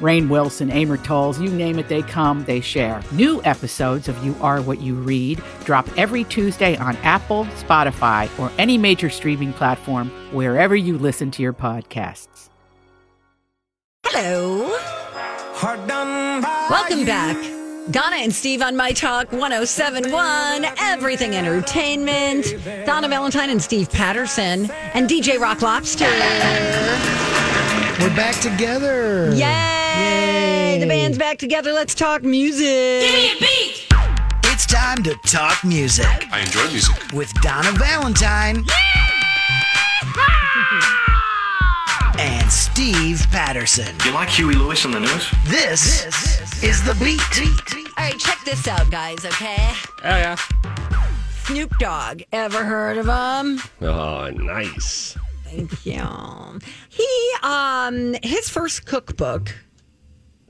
Rain Wilson, Amor Tolls, you name it, they come, they share. New episodes of You Are What You Read drop every Tuesday on Apple, Spotify, or any major streaming platform wherever you listen to your podcasts. Hello. Hard done by Welcome you. back. Donna and Steve on My Talk 1071, Everything Entertainment. Donna Valentine and Steve Patterson and DJ Rock Lobster. We're back together. Yay! The band's back together. Let's talk music. It's time to talk music. I enjoy music. With Donna Valentine. And Steve Patterson. You like Huey Lewis on the news? This, is the beat. All right, check this out, guys, okay? Oh yeah. Snoop Dogg. Ever heard of him? Oh, nice. Thank you. He, um, his first cookbook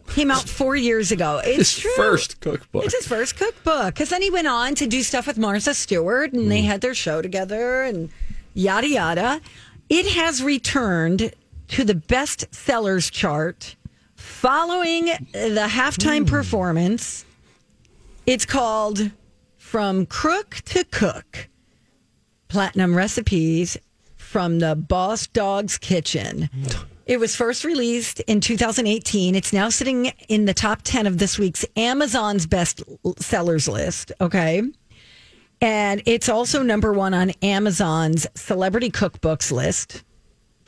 came out four years ago. It's His true. first cookbook. It's his first cookbook. Because then he went on to do stuff with Martha Stewart and Mm. they had their show together and yada, yada. It has returned to the best sellers chart following the halftime performance. It's called From Crook to Cook Platinum Recipes from the Boss Dog's Kitchen. It was first released in 2018. It's now sitting in the top 10 of this week's Amazon's best l- sellers list. Okay. And it's also number one on Amazon's celebrity cookbooks list,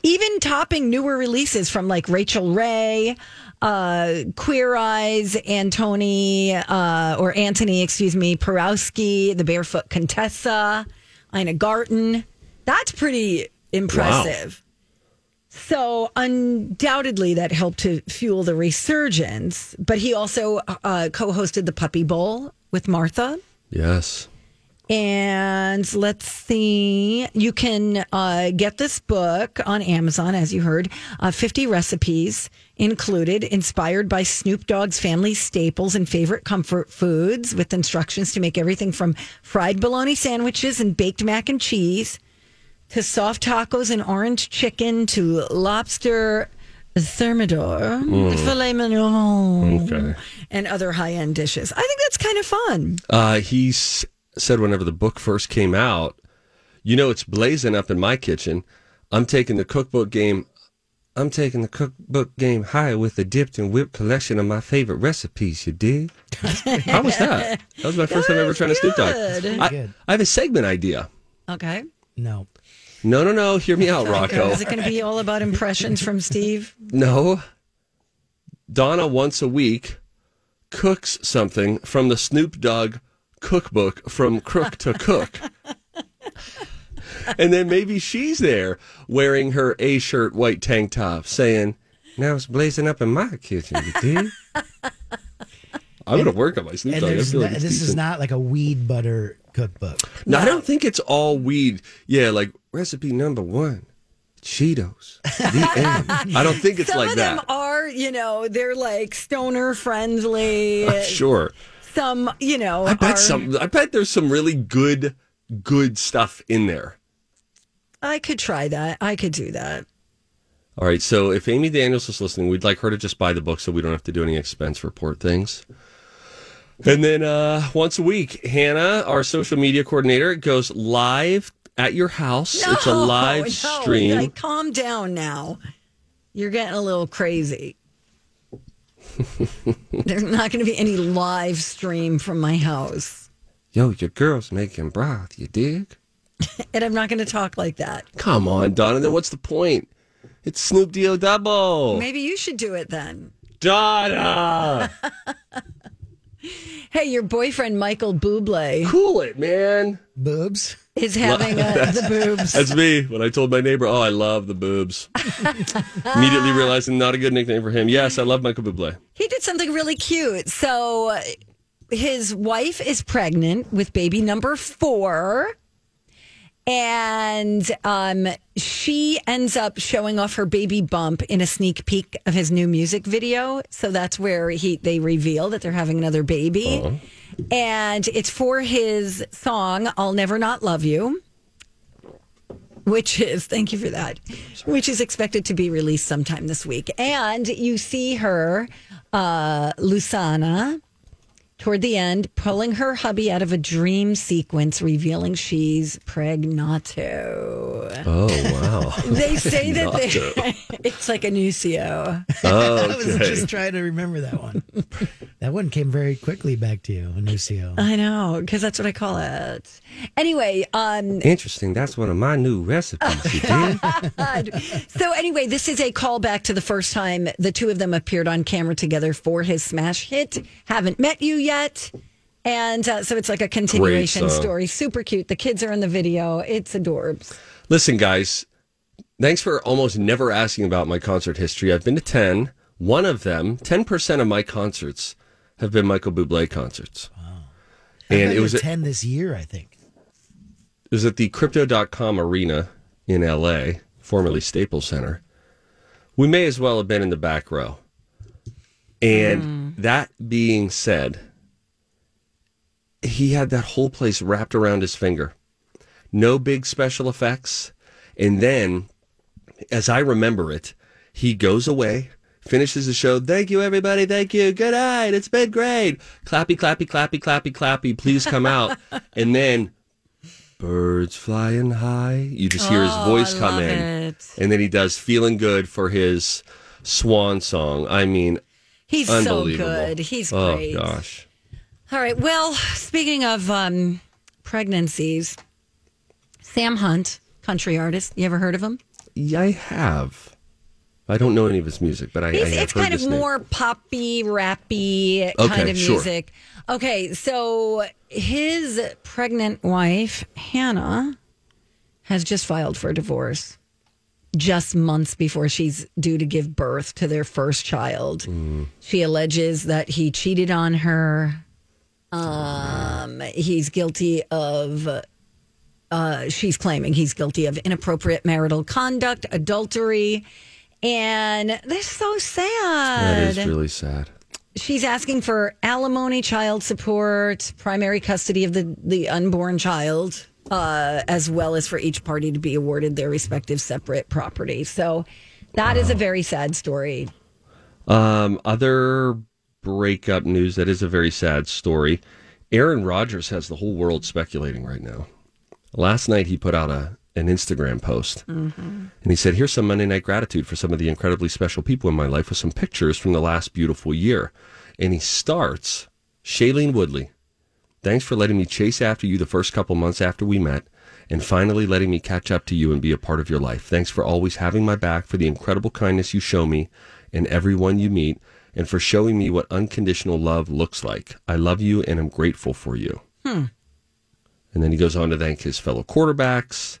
even topping newer releases from like Rachel Ray, uh, Queer Eyes, Antony, uh, or Anthony, excuse me, Porowski, The Barefoot Contessa, Ina Garten. That's pretty impressive. So undoubtedly that helped to fuel the resurgence. But he also uh, co-hosted the Puppy Bowl with Martha. Yes. And let's see, you can uh, get this book on Amazon, as you heard. Uh, 50 recipes included, inspired by Snoop Dogg's family staples and favorite comfort foods, with instructions to make everything from fried bologna sandwiches and baked mac and cheese to soft tacos and orange chicken to lobster thermidor, filet mignon, Okay. and other high end dishes. I think that's kind of fun. Uh, he s- said whenever the book first came out, you know, it's blazing up in my kitchen. I'm taking the cookbook game. I'm taking the cookbook game higher with a dipped and whipped collection of my favorite recipes. You dig? How was that? That was my first time ever trying to Snoop Dogg. Good. I, Good. I have a segment idea. Okay. No. No, no, no. Hear me out, Good. Rocco. Is it going to be all about impressions from Steve? No. Donna once a week cooks something from the Snoop Dogg cookbook from crook to cook. and then maybe she's there wearing her A shirt, white tank top, saying, Now it's blazing up in my kitchen, you dig? I'm going to work on my Snoop And Dogg. I there's feel like no- it's this is decent. not like a weed butter cookbook. No, I don't think it's all weed. Yeah, like recipe number one Cheetos. The end. I don't think it's Some like of that. them are, you know, they're like stoner friendly. Uh, sure. Some, you know, I bet are- some. I bet there's some really good, good stuff in there. I could try that. I could do that. All right. So if Amy Daniels is listening, we'd like her to just buy the book so we don't have to do any expense report things. And then uh, once a week, Hannah, our social media coordinator, goes live at your house. it's a No, live no, stream. Like, calm down now. You're getting a little crazy. There's not going to be any live stream from my house. Yo, your girl's making broth. You dig? And I'm not going to talk like that. Come on, Donna. Then what's the point? It's Snoop D-O double. Maybe you should do it then. Donna. Hey, your boyfriend Michael Bublé cool it, man. Boobs. is having uh the boobs. That's me. When I told my neighbor, "Oh, I love the boobs," immediately realizing not a good nickname for him. Yes, I love Michael Bublé. He did something really cute. So uh, his wife is pregnant with baby number four. And um, she ends up showing off her baby bump in a sneak peek of his new music video. So that's where he they reveal that they're having another baby, and it's for his song "I'll Never Not Love You," which is thank you for that, which is expected to be released sometime this week. And you see her, uh, Lusana, toward the end, pulling her hubby out of a dream sequence, revealing she's pregnato. Oh wow. They say that they, it's like a E Nucio. I was just trying to remember that one. that one came very quickly back to you, Anusio. I know, because that's what I call it. Anyway, um, Interesting. That's one of my new recipes. You did. God. So anyway, this is a callback to the first time the two of them appeared on camera together for his smash hit "Haven't Met You Yet," and uh, so it's like a continuation song. story. Super cute. The kids are in the video. It's adorbs. Listen, guys, thanks for almost never asking about my concert history. I've been to 10. One of them, 10% of my concerts have been Michael Bublé concerts. Wow. And it was, at, it ten this year, I think. was at the Crypto.com Arena in LA, formerly Staples Center. We may as well have been in the back row. And that being said, he had that whole place wrapped around his finger. No big special effects. And then, as I remember it, he goes away, finishes the show. Thank you, everybody. Thank you. Good night. It's been great. Clappy, clappy, clappy, clappy, clappy. Please come out. and then, birds flying high. You just hear his voice come in. And then he does feeling good for his swan song. I mean, He's so unbelievable. good. He's oh, great. gosh. All right. Well, speaking of um, pregnancies, Sam Hunt, country artist. You ever heard of him? Yeah, I have. I don't know any of his music, but I, I It's, have it's heard kind of this name. more poppy, rappy kind Okay, of sure. music. Okay, so his pregnant wife, Hannah, has just filed for divorce just months before she's due to give birth to their first child. Mm. She alleges that he cheated on her. Um, he's guilty of uh, she's claiming he's guilty of inappropriate marital conduct, adultery, and that's so That sad. is really sad. She's asking for alimony, child support, primary custody of the the unborn child, uh, as well as for each party to be awarded their respective separate property. So. that is a very sad story. Um, other breakup news that is a very sad story. Aaron Rodgers has the whole world speculating right now. Last night he put out a an Instagram post, Mm-hmm. and he said, "Here's some Monday night gratitude for some of the incredibly special people in my life with some pictures from the last beautiful year." And he starts Shailene Woodley. Thanks for letting me chase after you the first couple months after we met and finally letting me catch up to you and be a part of your life. Thanks for always having my back, for the incredible kindness you show me and everyone you meet, and for showing me what unconditional love looks like. I love you and I'm grateful for you. And then he goes on to thank his fellow quarterbacks,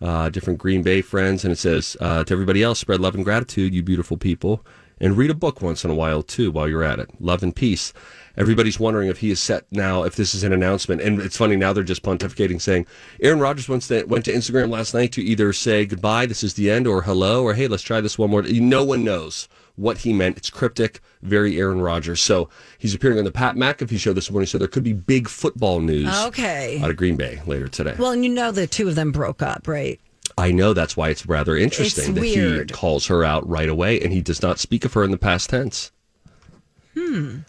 uh, different Green Bay friends, and it says uh, to everybody else, spread love and gratitude, you beautiful people, and read a book once in a while too while you're at it. Love and peace. Everybody's wondering if he is set now, if this is an announcement. And it's funny now they're just pontificating, saying Aaron Rodgers once that went to Instagram last night to either say goodbye, this is the end, or hello, or hey, let's try this one more. No one knows what he meant. It's cryptic, very Aaron Rodgers. So he's appearing on the Pat McAfee show this morning. So there could be big football news Okay. out of Green Bay later today. Well, and you know the two of them broke up, right? I know that's why it's rather interesting It's that weird. he calls her out right away and he does not speak of her in the past tense. To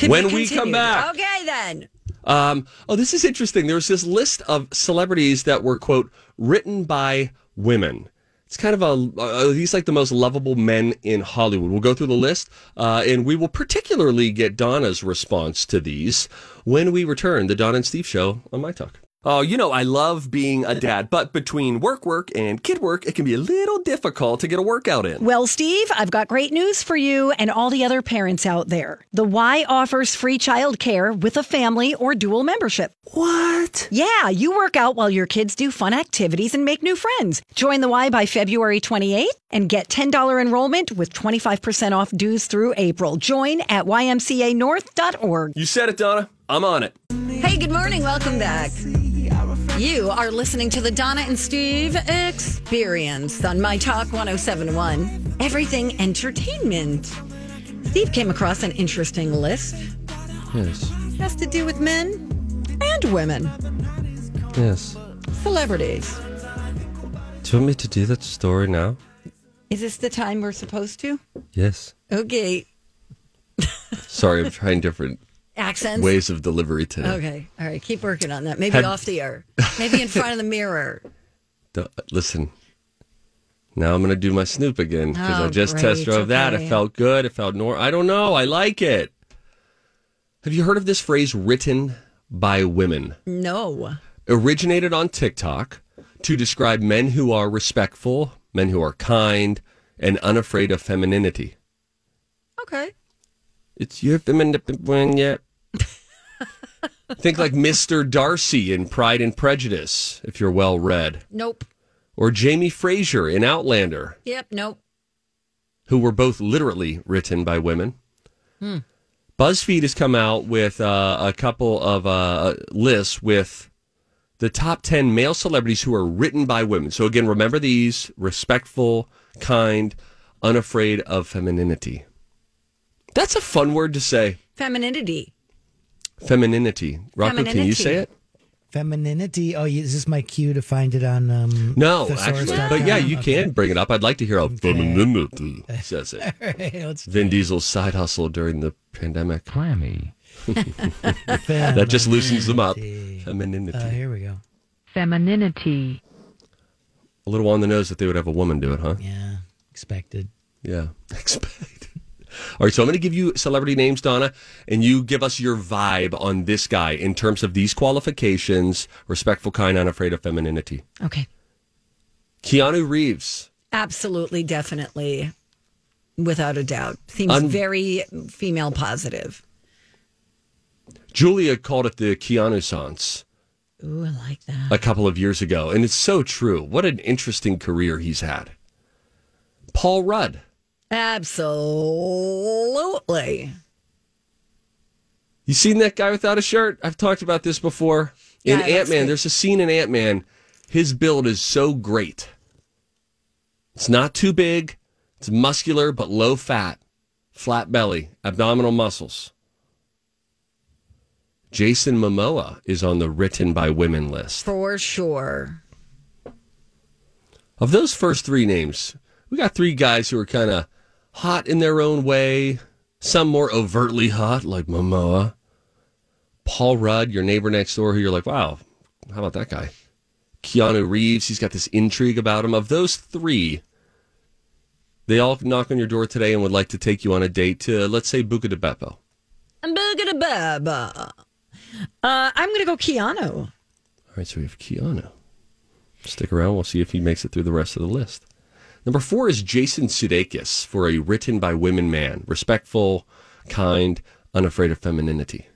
be When we continued. come back. Okay, then. Um, oh, this is interesting. There was this list of celebrities that were, quote, written by women. It's kind of a, uh, these like the most lovable men in Hollywood. We'll go through the list uh, and we will particularly get Donna's response to these when we return. The Donna and Steve Show on My Talk. Oh, you know, I love being a dad, but between work work and kid work, it can be a little difficult to get a workout in. Well, Steve, I've got great news for you and all the other parents out there. The Y offers free childcare with a family or dual membership. What? Yeah, you work out while your kids do fun activities and make new friends. Join the Y by February 28th and get $10 enrollment with 25% off dues through April. Join at ymcanorth.org. You said it, Donna. I'm on it. Hey, good morning. Welcome back. You are listening to the Donna and Steve Experience on My Talk 1071, Everything Entertainment. Steve came across an interesting list. Yes. has to do with men and women, Yes. celebrities. Do you want me to do that story now? Is this the time we're supposed to? Yes. Okay. Sorry, I'm trying different Accents? ways of delivery today. Okay. All right. Keep working on that. Maybe Had- off the air. Maybe in front of the mirror. D- Listen. Now I'm going to do my Snoop again because Oh, I just great. test drove that. Okay. It felt good. It felt nor. I don't know. I like it. Have you heard of this phrase written by women? No. originated on TikTok to describe men who are respectful, men who are kind, and unafraid of femininity. Okay. It's your feminine one yet. Think like Mr. Darcy in Pride and Prejudice, if you're well read, Nope. or Jamie Fraser in Outlander, Yep. Nope. who were both literally written by women. BuzzFeed has come out with uh, a couple of uh, lists with the top 10 male celebrities who are written by women. So, again, remember these respectful, kind, unafraid of femininity. That's a fun word to say. Femininity. Femininity. Rocco, can you Femininity. say it? Femininity. Oh, is this my cue to find it on? Um, No, thesaurus actually. dot But yeah, com? you Okay. can bring it up. I'd like to hear how femininity says it. All right, let's Vin Diesel's side hustle during the pandemic. Miami. That just loosens them up. Femininity. Femininity. Uh, here we go. Femininity. a little on the nose that they would have a woman do it, huh? Yeah, expected. Yeah. Expect. All right, so I'm going to give you celebrity names, Donna, and you give us your vibe on this guy in terms of these qualifications respectful, kind, unafraid of femininity. Okay. Keanu Reeves, Absolutely, definitely, without a doubt. Seems Un- very female positive. Julia called it the Keanu Sans Ooh, I like that. a couple of years ago, and it's so true. What an interesting career he's had. Paul Rudd, Absolutely. You seen that guy without a shirt? I've talked about this before. In Yeah, I Ant lost it. Man, there's a scene in Ant Man. His build is so great. It's not too big. It's muscular but low fat, flat belly, abdominal muscles. Jason Momoa is on the written by women list. For sure. Of those first three names, we got three guys who are kind of hot in their own way, some more overtly hot, like Momoa. Paul Rudd, your neighbor next door, who you're like, wow, how about that guy? Keanu Reeves, he's got this intrigue about him. Of those three, they all knock on your door today and would like to take you on a date to, let's say, Buca de Beppo. Boogada-baba. Uh, I'm going to go Keanu. All right, so we have Keanu. Stick around. We'll see if he makes it through the rest of the list. Number four is Jason Sudeikis for a written by women man, respectful, kind, unafraid of femininity.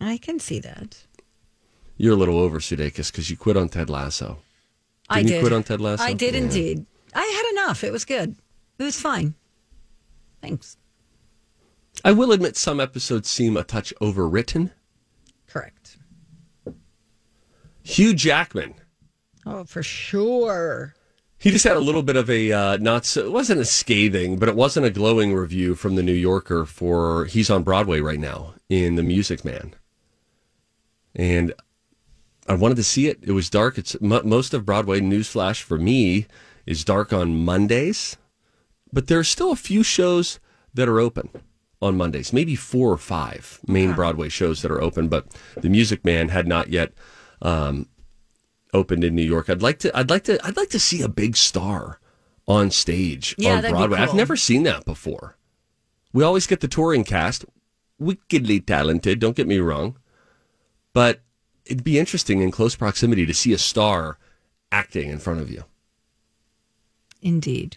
I can see that. You're a little over Sudeikis because you quit on Ted Lasso. I Didn't did. you quit on Ted Lasso? I did Yeah. indeed. I had enough. It was good. It was fine. Thanks. I will admit some episodes seem a touch overwritten. Correct. Hugh Jackman. Oh, for sure. He just had a little bit of a uh, not so it wasn't a scathing, but it wasn't a glowing review from the New Yorker for he's on Broadway right now in The Music Man, and I wanted to see it. It was dark. It's mo most of Broadway newsflash for me is dark on Mondays, but there's still a few shows that are open on Mondays. Maybe four or five main Broadway shows that are open, but The Music Man had not yet um, opened in New York. I'd like to I'd like to I'd like to see a big star on stage Yeah, on that'd be Broadway. I've cool. never seen that before. We always get the touring cast, wickedly talented, don't get me wrong. But it'd be interesting in close proximity to see a star acting in front of you. Indeed.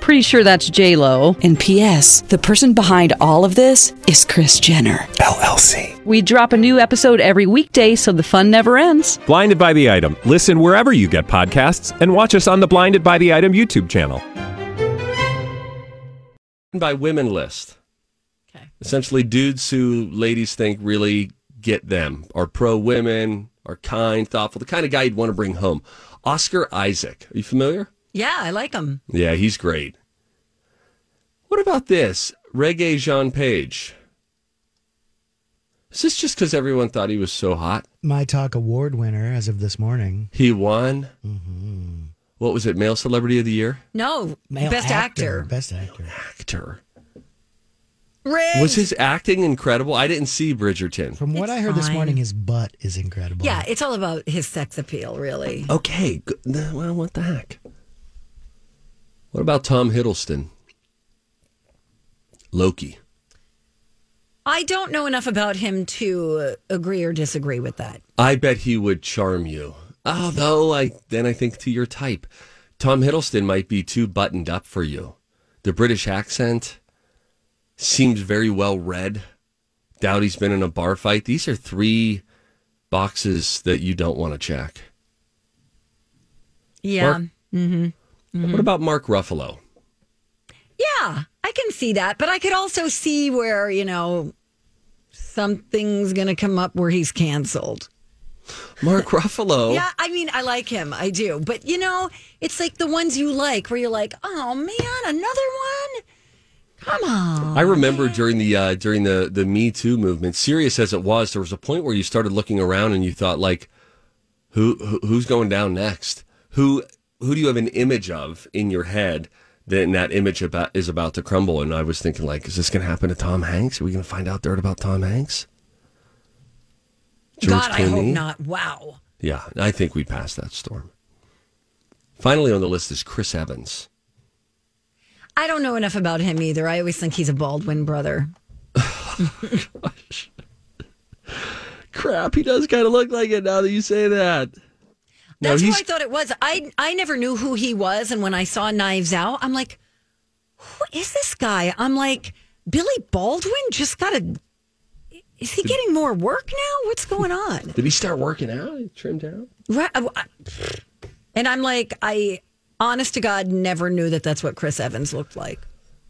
Pretty sure that's J Lo. And P.S. The person behind all of this is Chris Jenner LLC. We drop a new episode every weekday, so the fun never ends. Blinded by the item. Listen wherever you get podcasts, and watch us on the Blinded by the Item YouTube channel. by women list. Okay. Essentially, dudes who ladies think really get them are pro women, are kind, thoughtful, the kind of guy you'd want to bring home. Oscar Isaac. Are you familiar? Yeah, I like them. Yeah, he's great. What about this? Reggae Jean Page. Is this just because everyone thought he was so hot? My Talk Award winner as of this morning. He won. What was it? Male Celebrity of the Year? No, Male best actor. Best actor. Actor. Riggs. Was his acting incredible? I didn't see Bridgerton. From what It's I heard this fine. morning, his butt is incredible. Yeah, it's all about his sex appeal, really. Okay. good- Well, what the heck? What about Tom Hiddleston? Loki. I don't know enough about him to uh, agree or disagree with that. I bet he would charm you. Although, I then I think to your type, Tom Hiddleston might be too buttoned up for you. The British accent seems very well read. Doubt he's been in a bar fight. These are three boxes that you don't want to check. Yeah. Mm-hmm. Mark- What about Mark Ruffalo? Yeah, I can see that, but I could also see where, you know, something's going to come up where he's canceled. Mark Ruffalo. Yeah, I mean, I like him. I do. But, you know, it's like the ones you like where you're like, oh, man, another one? Come on. I remember during the uh, during the the Me Too movement, serious as it was, there was a point where you started looking around and you thought like, who, who who's going down next? Who who do you have an image of in your head? Then that image about is about to crumble, and I was thinking like, is this going to happen to Tom Hanks? Are we going to find out dirt about Tom Hanks? George God, I hope Clooney? not. Wow. Yeah, I think we passed that storm. Finally on the list is Chris Evans. I don't know enough about him either. I always think he's a Baldwin brother. Crap, he does kind of look like it now that you say that. No, That's who he's- I thought it was. I I never knew who he was, and when I saw Knives Out, I'm like, who is this guy? I'm like, Billy Baldwin just got a. Is he getting more work now? What's going on? Did he start working out? He trimmed down? Right, I- I- and I'm like, I honest to God never knew that that's what Chris Evans looked like.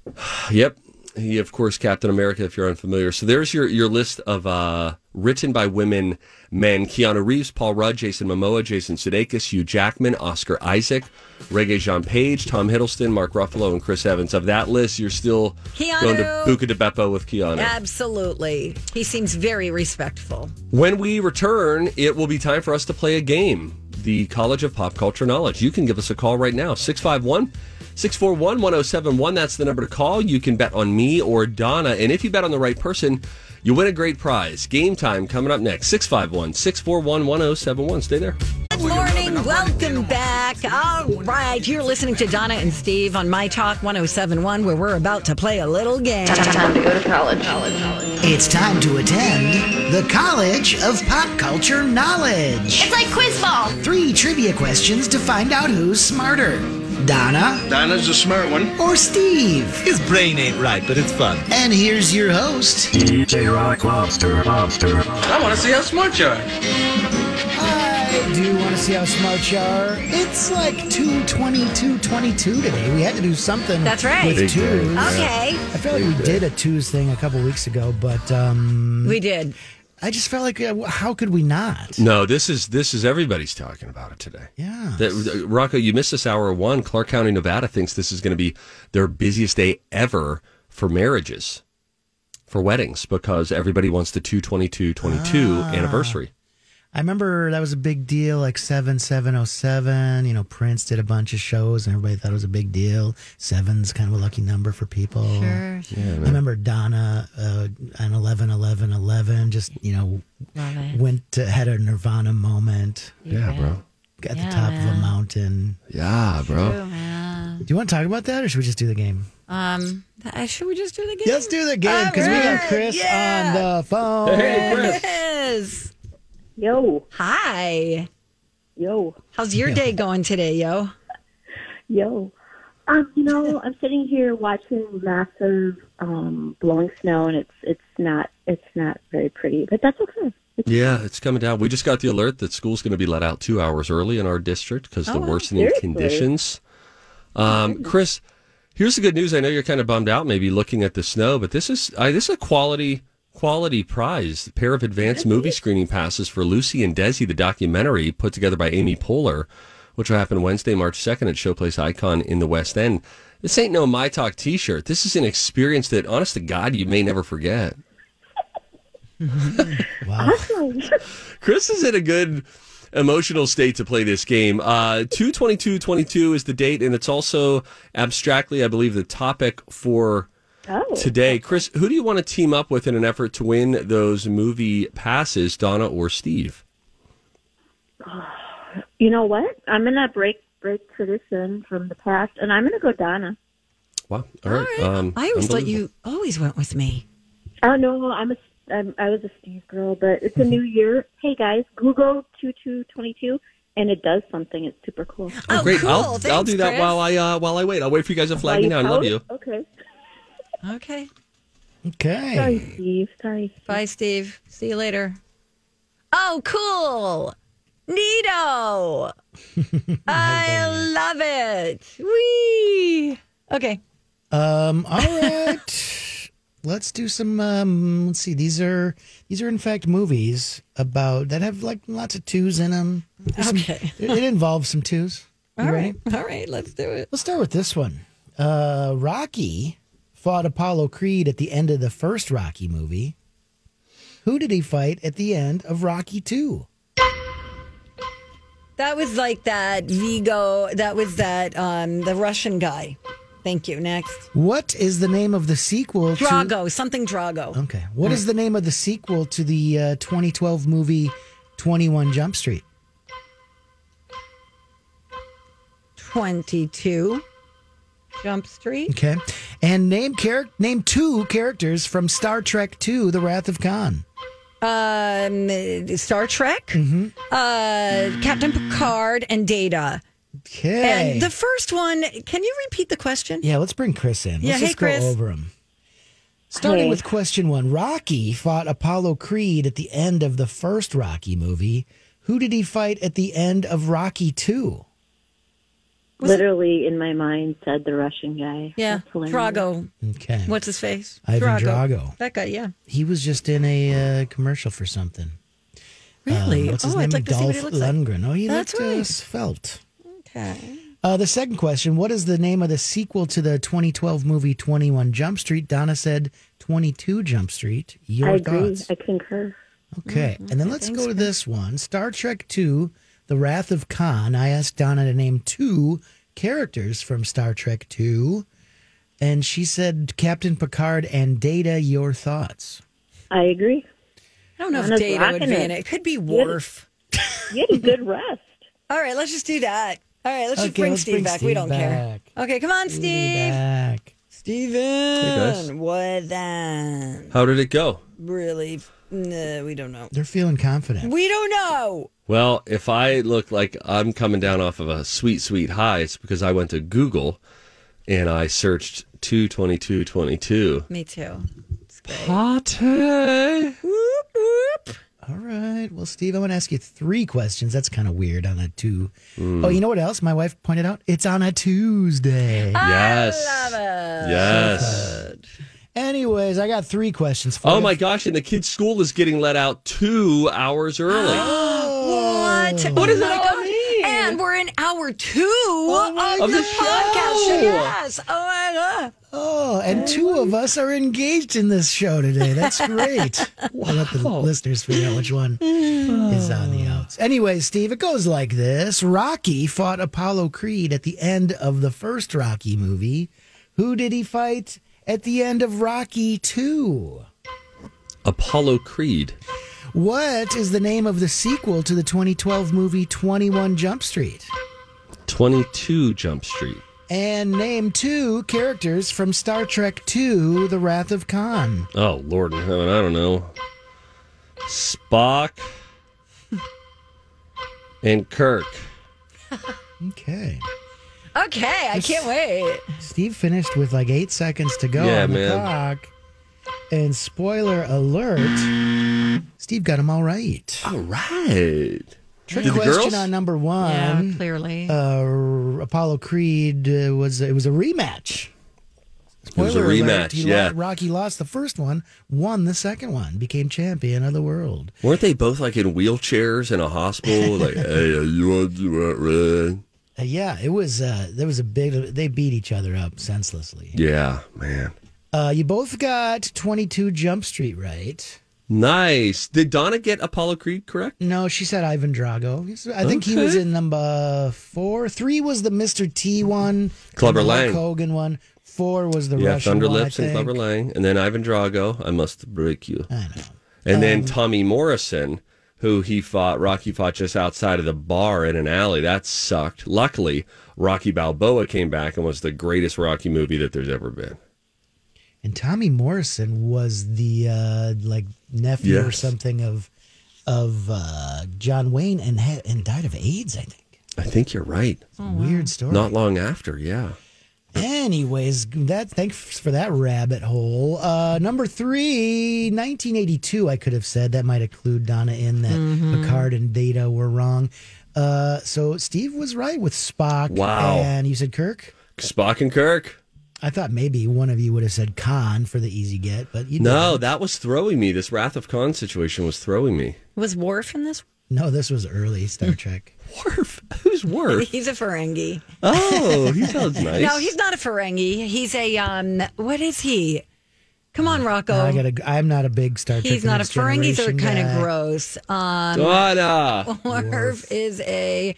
Yep. He, of course, Captain America, if you're unfamiliar. So there's your, your list of uh, written by women, men Keanu Reeves, Paul Rudd, Jason Momoa, Jason Sudeikis, Hugh Jackman, Oscar Isaac, Reggae Jean Page, Tom Hiddleston, Mark Ruffalo, and Chris Evans. Of that list, you're still Keanu. going to Buca de Beppo with Keanu. Absolutely, he seems very respectful. When we return, it will be time for us to play a game the College of Pop Culture Knowledge. You can give us a call right now 651 641 1071. That's the number to call. You can bet on me or Donna. And if you bet on the right person, you win a great prize. Game time coming up next 651 641 1071. Stay there. Good morning. Welcome back. All right. You're listening to Donna and Steve on My Talk 1071, where we're about to play a little game. It's time to attend the College of Pop Culture Knowledge. It's like quiz ball. Three trivia questions to find out who's smarter Donna Dinah's a smart one. or Steve. His brain ain't right, but it's fun. And here's your host, DJ Rock Lobster, Lobster. I want to see how smart you are. I do want to see how smart you are. It's like 222 22 today. We had to do something. That's right. With Big twos. Okay. I feel like we did a twos thing a couple weeks ago, but um, We did. I just felt like, uh, how could we not? No, this is this is everybody's talking about it today. Yeah. That, uh, Rocco, you missed this hour one. Clark County, Nevada thinks this is going to be their busiest day ever for marriages, for weddings, because everybody wants the 222 22 anniversary. I remember that was a big deal, like 7707. You know, Prince did a bunch of shows and everybody thought it was a big deal. Seven's kind of a lucky number for people. Sure, sure. Yeah, I man. remember Donna uh, on 11 11 11 just, you know, Love it. went to, had a Nirvana moment. Yeah, Yeah. bro. At Yeah, the top of man. a mountain. Yeah, True, man. Do you want to talk about that or should we just do the game? Um, th- uh, should we just do the game? Let's do the game because we got Chris on the phone. Hey, Chris. Yo. Hi. Yo. How's your day going today, yo? Yo. Um, you know, I'm sitting here watching massive um, blowing snow, and it's it's not it's not very pretty, but that's okay. Yeah, it's coming down. We just got the alert that school's going to be let out two hours early in our district because Oh, the wow. worsening Seriously? conditions. Um, Chris, here's the good news. I know you're kind of bummed out, maybe looking at the snow, but this is I, this is a quality quality prize. A pair of advanced movie screening passes for Lucy and Desi, the documentary put together by Amy Poehler, which will happen Wednesday, March 2nd at Showplace Icon in the West End. This ain't no My Talk T-shirt. This is an experience that, honest to God, you may never forget. Awesome. Chris is in a good emotional state to play this game. Uh, 22222 is the date, and it's also abstractly, I believe, the topic for today. Chris, who do you want to team up with in an effort to win those movie passes, Donna or Steve? Oh, You know what? I'm gonna break break tradition from the past, and I'm gonna go Donna. Wow. All right. Um, I always thought you always went with me. Oh no, I'm a I'm, I was a Steve girl, but it's Mm-hmm. a new year. Hey guys, Google two two twenty two, and it does something. It's super cool. Oh, great. I'll, Thanks, I'll do that Chris. while I uh, while I wait. I'll wait for you guys to flag While me now. I love post? you. Okay. Okay. Okay. Sorry, Steve. Sorry. Bye, Steve. See you later. Oh, cool. Nito. I love it. Wee. Okay. Um, all right. let's do some um, let's see. These are these are in fact movies about that have like lots of twos in them. Okay. it, it involves some twos. You All ready? right. All right. Let's do it. Let's start with this one. Uh, Rocky fought Apollo Creed at the end of the first Rocky movie. Who did he fight at the end of Rocky 2? That was like that Vigo. That was that um the Russian guy. Thank you. Next. What is the name of the sequel to Drago. Something Drago. Okay. What is the name of the sequel to the uh, 2012 movie 21 Jump Street? 22 Jump Street. Okay. And name char- name two characters from Star Trek 2 The Wrath of Khan. Um, Star Trek. Mm-hmm. Uh, Captain Picard and Data. Okay. And the first one. Can you repeat the question? yeah, let's bring Chris in. Let's Yeah, hey, just Chris. go over him. Starting Hey. with question 1. Rocky fought Apollo Creed at the end of the first Rocky movie. Who did he fight at the end of Rocky 2? Literally in my mind said the Russian guy. Yeah. That's hilarious. Drago. Okay. What's his face? Ivan Drago. That guy. Yeah. He was just in a uh, commercial for something. Really? Um, what's his Oh, name? I'd like to see what Dolph he looks like. Lundgren. Oh, he That's looked uh, right. svelte. Okay. Uh, the second question What is the name of the sequel to the 2012 movie 21 Jump Street? Donna said 22 Jump Street. Your Oh I agree. thoughts? I concur. Okay. Mhm. And then Okay, let's thanks, go to this one Star Trek 2 The Wrath of Khan. I asked Donna to name two characters from Star Trek 2. And she said Captain Picard and Data. Your thoughts? I agree. I don't know if Donna's Data would rocking be it. in it. It could be Yeah. Worf. You had a good rest. All right, let's just do that. All right, let's just Okay, bring let's Steve bring back. we Steve don't care. Okay, come on, Steve. Back. guys. Steven. What then? How did it go? Really? No, we don't know. They're feeling confident. We don't know. Well, if I look like I'm coming down off of a sweet, sweet high, it's because I went to Google and I searched 22222. Me too. Party. All right. Well, Steve, I want to ask you three questions. That's kind of weird on a two. Hmm. Oh, you know what else? My wife pointed out it's on a Tuesday. Ah. Yes. Yes. Anyways, I got three questions for Oh you. my gosh, and the kids' school is getting let out two hours early. What? What does Oh it my all God. And we're in hour two of Of the the podcast. Yes, yes. Oh my god. Oh, and two of us are engaged in this show today. That's great. I'll let the listeners figure out which one Mm. is on the outs. Anyway, Steve, it goes like this Rocky fought Apollo Creed at the end of the first Rocky movie. Who did he fight at the end of Rocky 2? Apollo Creed. What is the name of the sequel to the 2012 movie 21 Jump Street? 22 Jump Street. And name two characters from Star Trek II The Wrath of Khan. Oh, Lord in heaven, I don't know. Spock and Kirk. Okay. Okay, I can't wait. Steve finished with like eight seconds to go Yeah, on the man. clock. And spoiler alert, Steve got him all right. All right. Trick Did the question girls? on number one. Yeah, clearly. Uh, Apollo Creed uh, was it was a rematch. It was a Spoiler rematch, he yeah. lo- Rocky lost the first one, won the second one, became champion of the world. Weren't they both like in wheelchairs in a hospital? Like, hey, you want to do it, red? Uh, yeah, it was. Uh, there was a big. They beat each other up senselessly. Yeah, man. Uh, you both got twenty two Jump Street right. Nice. Did Donna get Apollo Creed correct? No, she said Ivan Drago. He's- I think he Okay. was in number four. Three was the Mr. T one. Clubber and the Hulk Lang. Hogan one. Four was the yeah, Russian one, I Thunderlips and think. Clever Lang, and then Ivan Drago. I must break you. I know. And Um, then Tommy Morrison, who he fought, Rocky fought just outside of the bar in an alley. That sucked. Luckily, Rocky Balboa came back and was the greatest Rocky movie that there's ever been. And Tommy Morrison was the uh, like nephew or Yes. something of of uh, John Wayne and had, and died of AIDS. I think. I think you're right. Weird story. Not long after, yeah. Anyways, that thanks for that rabbit hole. Uh, number three, 1982. I could have said that might have clued Donna in that Mm-hmm. Picard and Data were wrong. Uh, so Steve was right with Spock. Wow. And you said Kirk. Spock and Kirk. I thought maybe one of you would have said Khan for the easy get, but you No, that was throwing me. This Wrath of Khan situation was throwing me. Was Worf in this? No, this was early Star Trek. Who's worth? He's a Ferengi. Oh, he sounds nice. No, he's not a Ferengi. He's a um. What is he? Come on, Rocco. I gotta. I'm not a big Star Trek. He's not a Next Ferengi. They're Generation kind guy. of gross. Um, Donna. Worf is a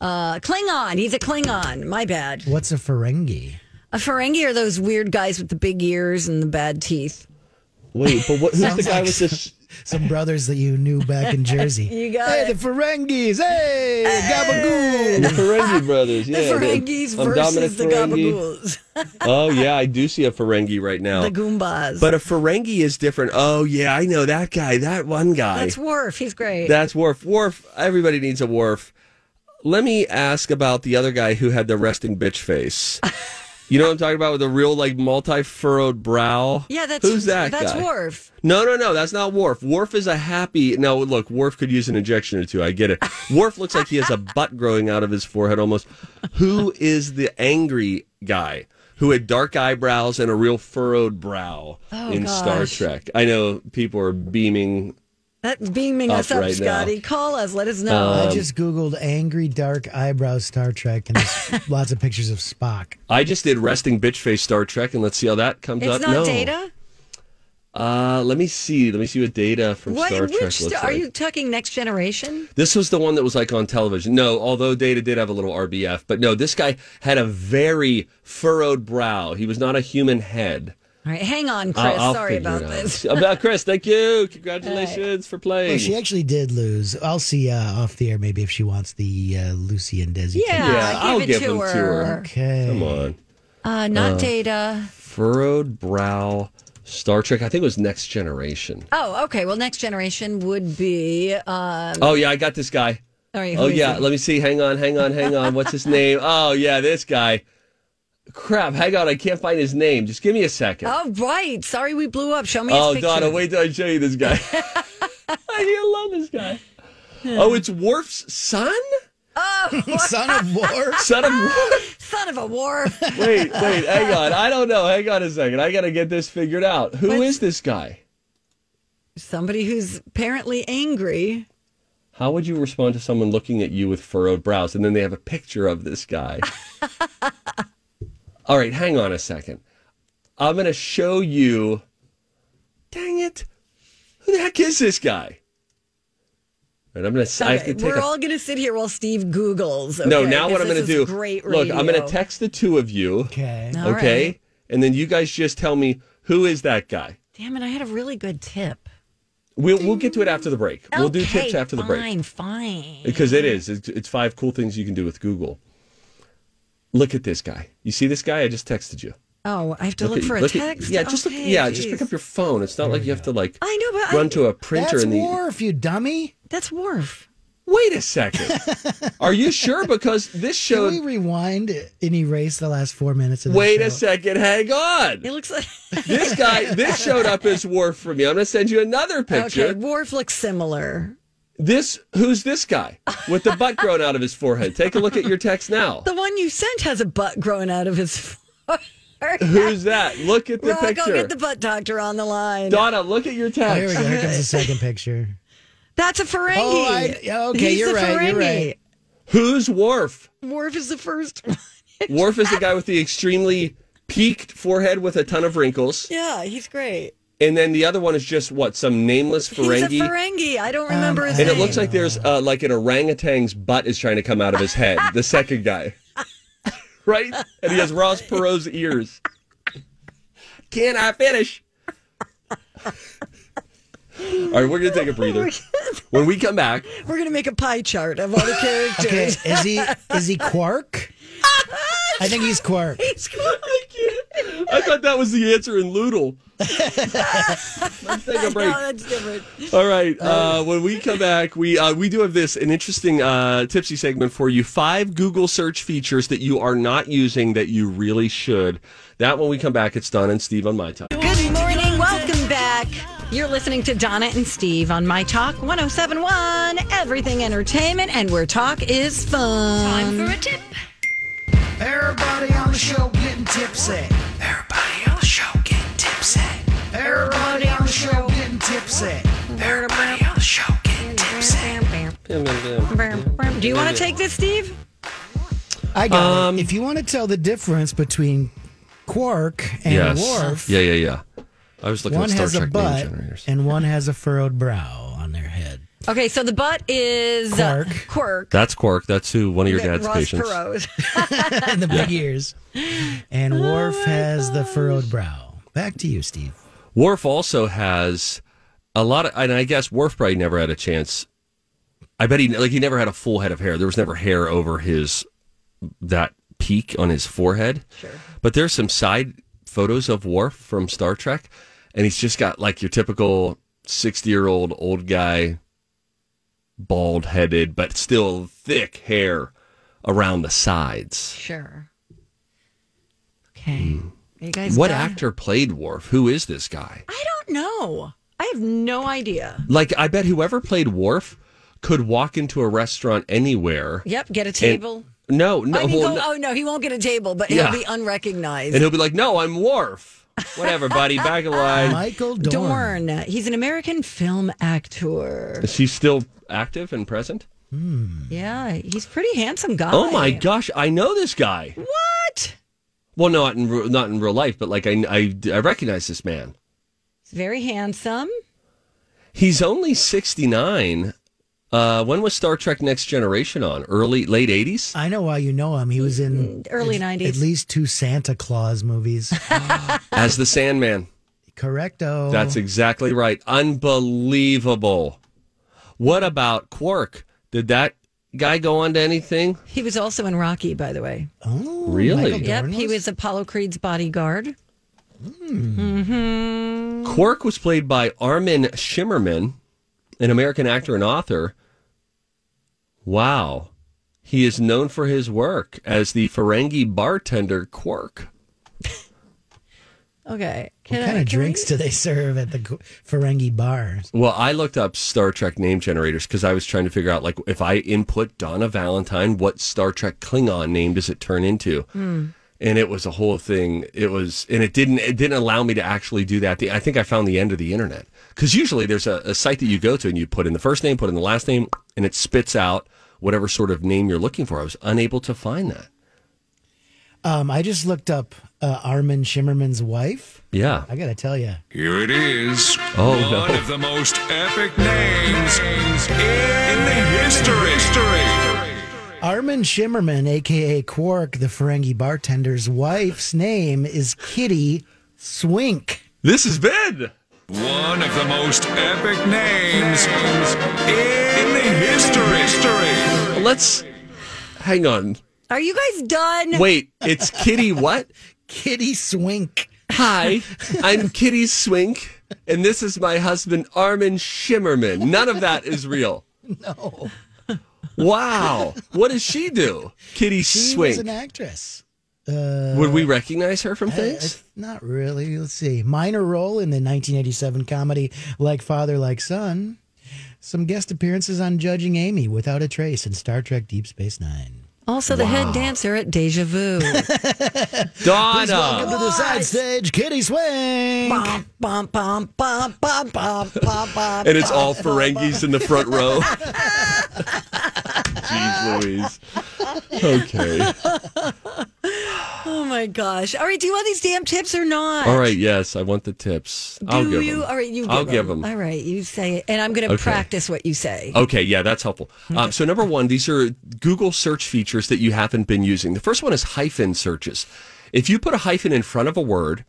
uh, Klingon. He's a Klingon. My bad. What's a Ferengi? A Ferengi are those weird guys with the big ears and the bad teeth. Wait, but what, who's the Sounds guy like with this? Some brothers that you knew back in Jersey. You got hey, it. the Ferengis. Hey, Gabagool. The Ferengi brothers. The Yeah, Ferengis I'm Dominic versus the Ferengi. Gabagools. Oh yeah, I do see a Ferengi right now. The Goombas. But a Ferengi is different. Oh yeah, I know that guy. That one guy. That's Worf. He's great. That's Worf. Worf. Everybody needs a Worf. Let me ask about the other guy who had the resting bitch face. You know what I'm talking about with the real like multi furrowed brow. yeah, that's who's that? That's guy? Worf. No, no, no. That's not Worf. Worf is a happy. No, look, Worf could use an injection or two. I get it. Worf looks like he has a butt growing out of his forehead almost. Who is the angry guy who had dark eyebrows and a real furrowed brow Oh, in Star gosh. Trek? I know people are beaming. That's beaming Up us up, right now. Uh, Scotty. Call us. Let us know. I just Googled angry dark eyebrow Star Trek and there's lots of pictures of Spock. I just did resting bitch face Star Trek, and let's see how that comes it's up. not no. data. Uh, let me see. Let me see what data from What? Star Trek which looks star, like. are you talking? Next Generation. This was the one that was like on television. No, although Data did have a little RBF, but no, this guy had a very furrowed brow. He was not a human head. All right, hang on, Chris. I'll- I'll Sorry figure about it out. this. About Chris, thank you. Congratulations for playing. Well, she actually did lose. I'll see uh, off the air maybe if she wants the uh, Lucy and Desi. Yeah, ticket. yeah, give I'll it give to them to her. her. Okay. Come on. Uh, not Uh, data. Furrowed brow Star Trek. I think it was Next Generation. Oh, okay. Well, next generation would be. Um, Oh, yeah, I got this guy. all right, who Oh, is yeah, it? let me see. Hang on, hang on, hang on. What's his name? Oh, yeah, this guy. Crap, hang on. I can't find his name. Just give me a second. Oh, right. Sorry, we blew up. Show me. his Oh, picture. Donna, wait till I show you this guy. I love this guy. Hmm. oh, it's Worf's son? Oh, Son of War. Son of Worf? son of a war. Wait, wait, hang on. I don't know. Hang on a second. I got to get this figured out. Who is this guy? Somebody who's apparently angry. How would you respond to someone looking at you with furrowed brows and then they have a picture of this guy? All right, hang on a second. I'm going to show you. Dang it. Who the heck is this guy? And I'm going to. I have to Okay, take we're a- all going to sit here while Steve Googles. no, okay? now 'Cause what I'm going to this is do. Great look, I'm going radio. to text the two of you. Okay. All okay. right. And then you guys just tell me who is that guy. Damn it, I had a really good tip. We'll, we'll get to it after the break. we'll do Okay, tips after the break. Fine, fine. Because Mm-hmm. it is. It's, it's five cool things you can do with Google. Look at this guy. You see this guy? I just texted you. Oh, I have to look, at- for a look at- text. yeah, just look. Okay, Yeah, just geez. pick up your phone. It's not like you have to like. I know, but I- run to a printer That's in the. Worf, you dummy. That's Worf. Wait a second. Are you sure? Because this Can showed. we rewind and erase the last four minutes of the Wait a show? second. Hang on. It looks like this guy. This showed up as Worf for me. I'm gonna send you another picture. Okay, Worf looks similar. This. Who's this guy with the butt grown out of his forehead? Take a look at your text now. The one you sent has a butt growing out of his. Who's that? Look at the Rock, picture. go get the butt doctor on the line. Donna, look at your Oh, here we text. go. Here comes the second picture. That's a Ferengi. Oh, I- yeah, okay, He's you're the right, Ferengi. you're right. Who's Worf? Worf is the first one. Worf is the guy with the extremely peaked forehead with a ton of wrinkles. Yeah, he's great. And then the other one is just what some nameless Ferengi. Um, He's a Ferengi. I don't remember his and name. it looks like there's uh, like an orangutan's butt is trying to come out of his head. the second guy, right? And he has Ross Perot's ears. Can I finish? All right, we're gonna take a breather. When we come back, We're gonna make a pie chart of all the Okay, characters. is he is he Quark? I think he's Quark. He's cute. I thought that was the answer in Loodle. Let's take a break. No, that's different. All right. Uh, when we come back, we uh, we do have this an interesting uh, tipsy segment for you. Five Google search features that you are not using that you really should. That when we come back, it's Don and Steve on my time. Good morning. Welcome back. You're listening to Donna and Steve on My Talk 1071, Everything Entertainment, and where talk is fun. Time for a tip. Everybody on the show getting tipsy. Everybody on the show getting tipsy. Everybody on the show getting tipsy. Everybody on the show getting tipsy. Do you want to take this, Steve? I got Um, it. If you want to tell the difference between Quark and Worf, Yeah, yeah, yeah. I was looking one at Star has a Trek name butt generators. and one has a furrowed brow on their head. Okay, so the butt is uh, Quirk. That's Quark. That's who one of your That dad's Ross patients. Perot. and the big ears. And Worf has the furrowed brow. Back to you, Steve. Worf also has a lot of, and I guess Worf probably never had a chance. I bet he like he never had a full head of hair. There was never hair over his that peak on his forehead. Sure. But there's some side photos of Worf from Star Trek, and he's just got like your typical sixty year old old guy, bald headed, but still thick hair around the sides. Sure. Okay. Hmm. Are you guys What done? actor played Worf? Who is this guy? I don't know. I have no idea. Like, I bet whoever played Worf could walk into a restaurant anywhere. Yep, get a and- table. no, no, I mean, well, go, no. oh no, he won't get a table, but Yeah. he'll be unrecognized. and he'll be like, "No, I'm Worf." Whatever, buddy. Back in line. Michael Dorn. He's an American film actor. Is he still active and present? Yeah, he's a pretty handsome guy. Oh my gosh, I know this guy. What? Well, not in re- not in real life, but like I, I I recognize this man. He's very handsome. He's only sixty nine. Uh, when was Star Trek Next Generation on? Early late eighties. I know why you know him. He was in Early at- 90s. At least two Santa Claus movies. As the Sandman. Correcto. That's exactly right. Unbelievable. What about Quark? Did that guy go on to anything? He was also in Rocky, by the way. Oh, Really? Yep, he was Apollo Creed's bodyguard. Mm-hmm. Quark was played by Armin Shimmerman, an American actor and author. Wow. He is known for his work as the Ferengi bartender Quark. Okay. What kind of drinks do they serve at the Gu- Ferengi bar? Well, I looked up Star Trek name generators because I was trying to figure out, like, if I input Donna Valentine, what Star Trek Klingon name does it turn into? and it was a whole thing it was and it didn't it didn't allow me to actually do that The- i think i found the end of the internet because usually there's a, a site that you go to and you put in the first name put in the last name and it spits out whatever sort of name you're looking for i was unable to find that Um, I just looked up uh, Armin Shimmerman's wife. Yeah. I gotta tell you, Here it is. Oh, one no. of the most epic names in the history. Armin Shimmerman, aka Quark, the Ferengi bartender's wife's name is Kitty Swink. This is bad. One of the most epic names in the history. Let's hang on. Are you guys done? Wait, it's Kitty what? Kitty Swink. Hi, I'm Kitty Swink, and this is my husband Armin Shimmerman. None of that is real. No. Wow. What does she do? Kitty She was Swink. an actress. Uh, Would we recognize her from I- things? I- not really. Let's see. Minor role in the 1987 comedy Like Father, Like Son. Some guest appearances on Judging Amy without a trace in Star Trek Deep Space Nine. Also, the Wow. head dancer at Deja Vu. Please welcome to Donna. the side stage, Kitty Swing. Bum, bum, bum, bum, bum, bum, bum, bum. And it's all Ferengis in the front row. Jeez Louise. Okay. Oh my gosh. All right, do you want these damn tips or not? All right, yes, I want the tips. I'll Do give you? them. All right, you give I'll them. give them. All right, you say it. And I'm going to Okay. practice what you say. Okay, yeah, that's helpful. Um, so, number one, these are Google search features that you haven't been using. The first one is hyphen searches. If you put a hyphen in front of a word,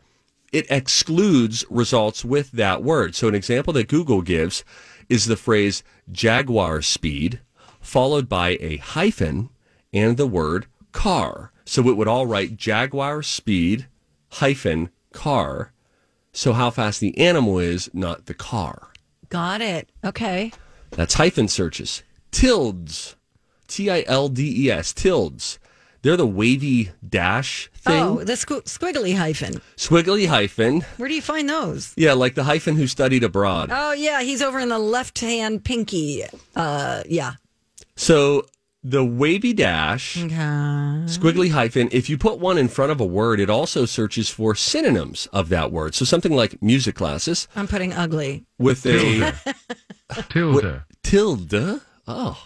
it excludes results with that word. So, an example that Google gives is the phrase Jaguar speed, followed by a hyphen and the word car. So, it would all write Jaguar speed hyphen car. So, how fast the animal is, not the car. Got it. Okay. That's hyphen searches. Tildes. T I L D E S. Tildes. They're the wavy dash thing. Oh, the squ- squiggly hyphen. Squiggly hyphen. Where do you find those? Yeah, like the hyphen who studied abroad. Oh, yeah, he's over in the left hand pinky. Uh, yeah. So the wavy dash, Mm-hmm. squiggly hyphen, if you put one in front of a word, it also searches for synonyms of that word. So something like music classes I'm putting ugly. with a. Tilda. Tilda? Oh.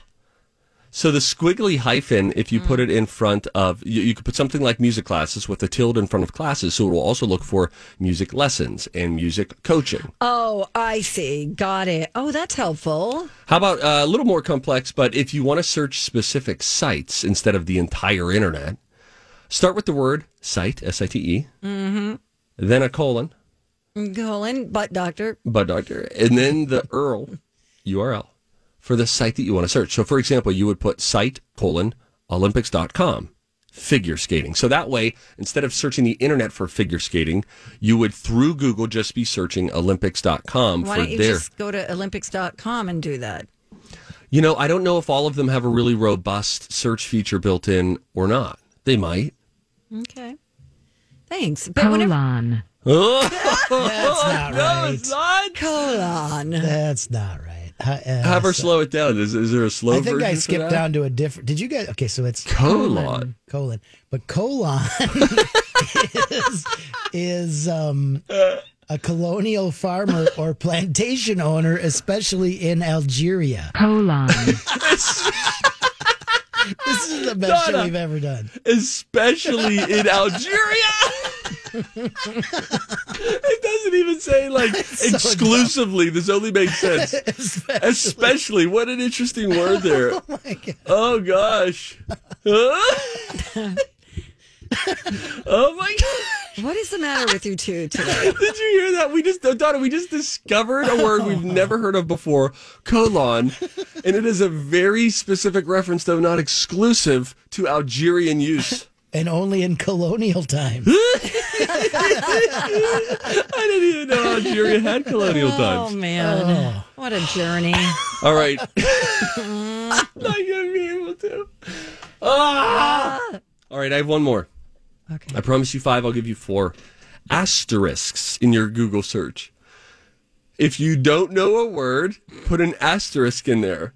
So the squiggly hyphen, if you put it in front of, you, you could put something like music classes with the tilde in front of classes, so it will also look for music lessons and music coaching. Oh, I see. Got it. Oh, that's helpful. How about uh, a little more complex, but if you want to search specific sites instead of the entire internet, start with the word site, S I T E, Mm then a colon, hmm. Colon, butt doctor. but doctor, and then the URL, URL for the site that you want to search. So, for example, you would put site colon olympics.com figure skating. So that way, instead of searching the internet for figure skating, you would through Google just be searching olympics.com Why for don't you their. just go to Olympics.com and do that? You know, I don't know if all of them have a really robust search feature built in or not. They might. Okay. Thanks. But Colon. whenever. That's not right. Colon. That's not right. Hi- uh, Have her so- slow it down. Is, is there a slow I think version I for skipped that? down to a different. Did you guys? Okay, so it's Colon. Colon, but colon is, is um, a colonial farmer or plantation owner, especially in Algeria. Colon. This is the best show Donna. we've ever done. especially in Algeria. it doesn't even say like so exclusively. This only makes sense. Especially. Especially, what an interesting word there. Oh, my God. gosh. oh my god. What is the matter with you two today? Did you hear that? We just Donna, we just discovered a word we've never heard of before, colon, and it is a very specific reference though not exclusive to Algerian use. And only in colonial times. I didn't even know Algeria had colonial Oh, times. man. What a journey. All right. Not gonna be able to. Ah! All right, I have one more. Okay. I promise you five. I'll give you four. Asterisks in your Google search. If you don't know a word, put an asterisk in there.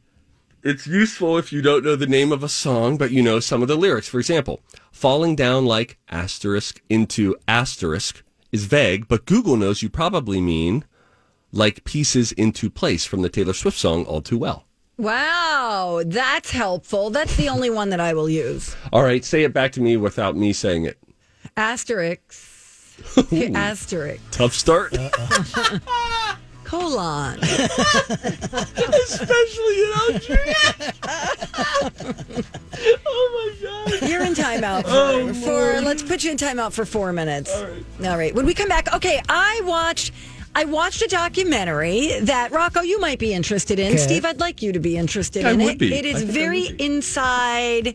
It's useful if you don't know the name of a song, but you know some of the lyrics. For example, falling down like asterisk into asterisk is vague, but Google knows you probably mean like pieces into place from the Taylor Swift song All Too Well. Wow. That's helpful. That's the only one that I will use. All right, say it back to me without me saying it. Asterix. Ooh. Asterix. Tough start. Colon. Especially in Algeria. oh my God. You're in timeout for, Oh, for let's put you in timeout for four minutes. All right. When we come back, okay, I watched I watched a documentary that Rocco you might be interested in. Okay. Steve, I'd like you to be interested I in would it. be. It I is think I very would inside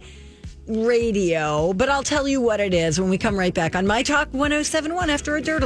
radio, but I'll tell you what it is when we come right back on My Talk 1071 after a dirt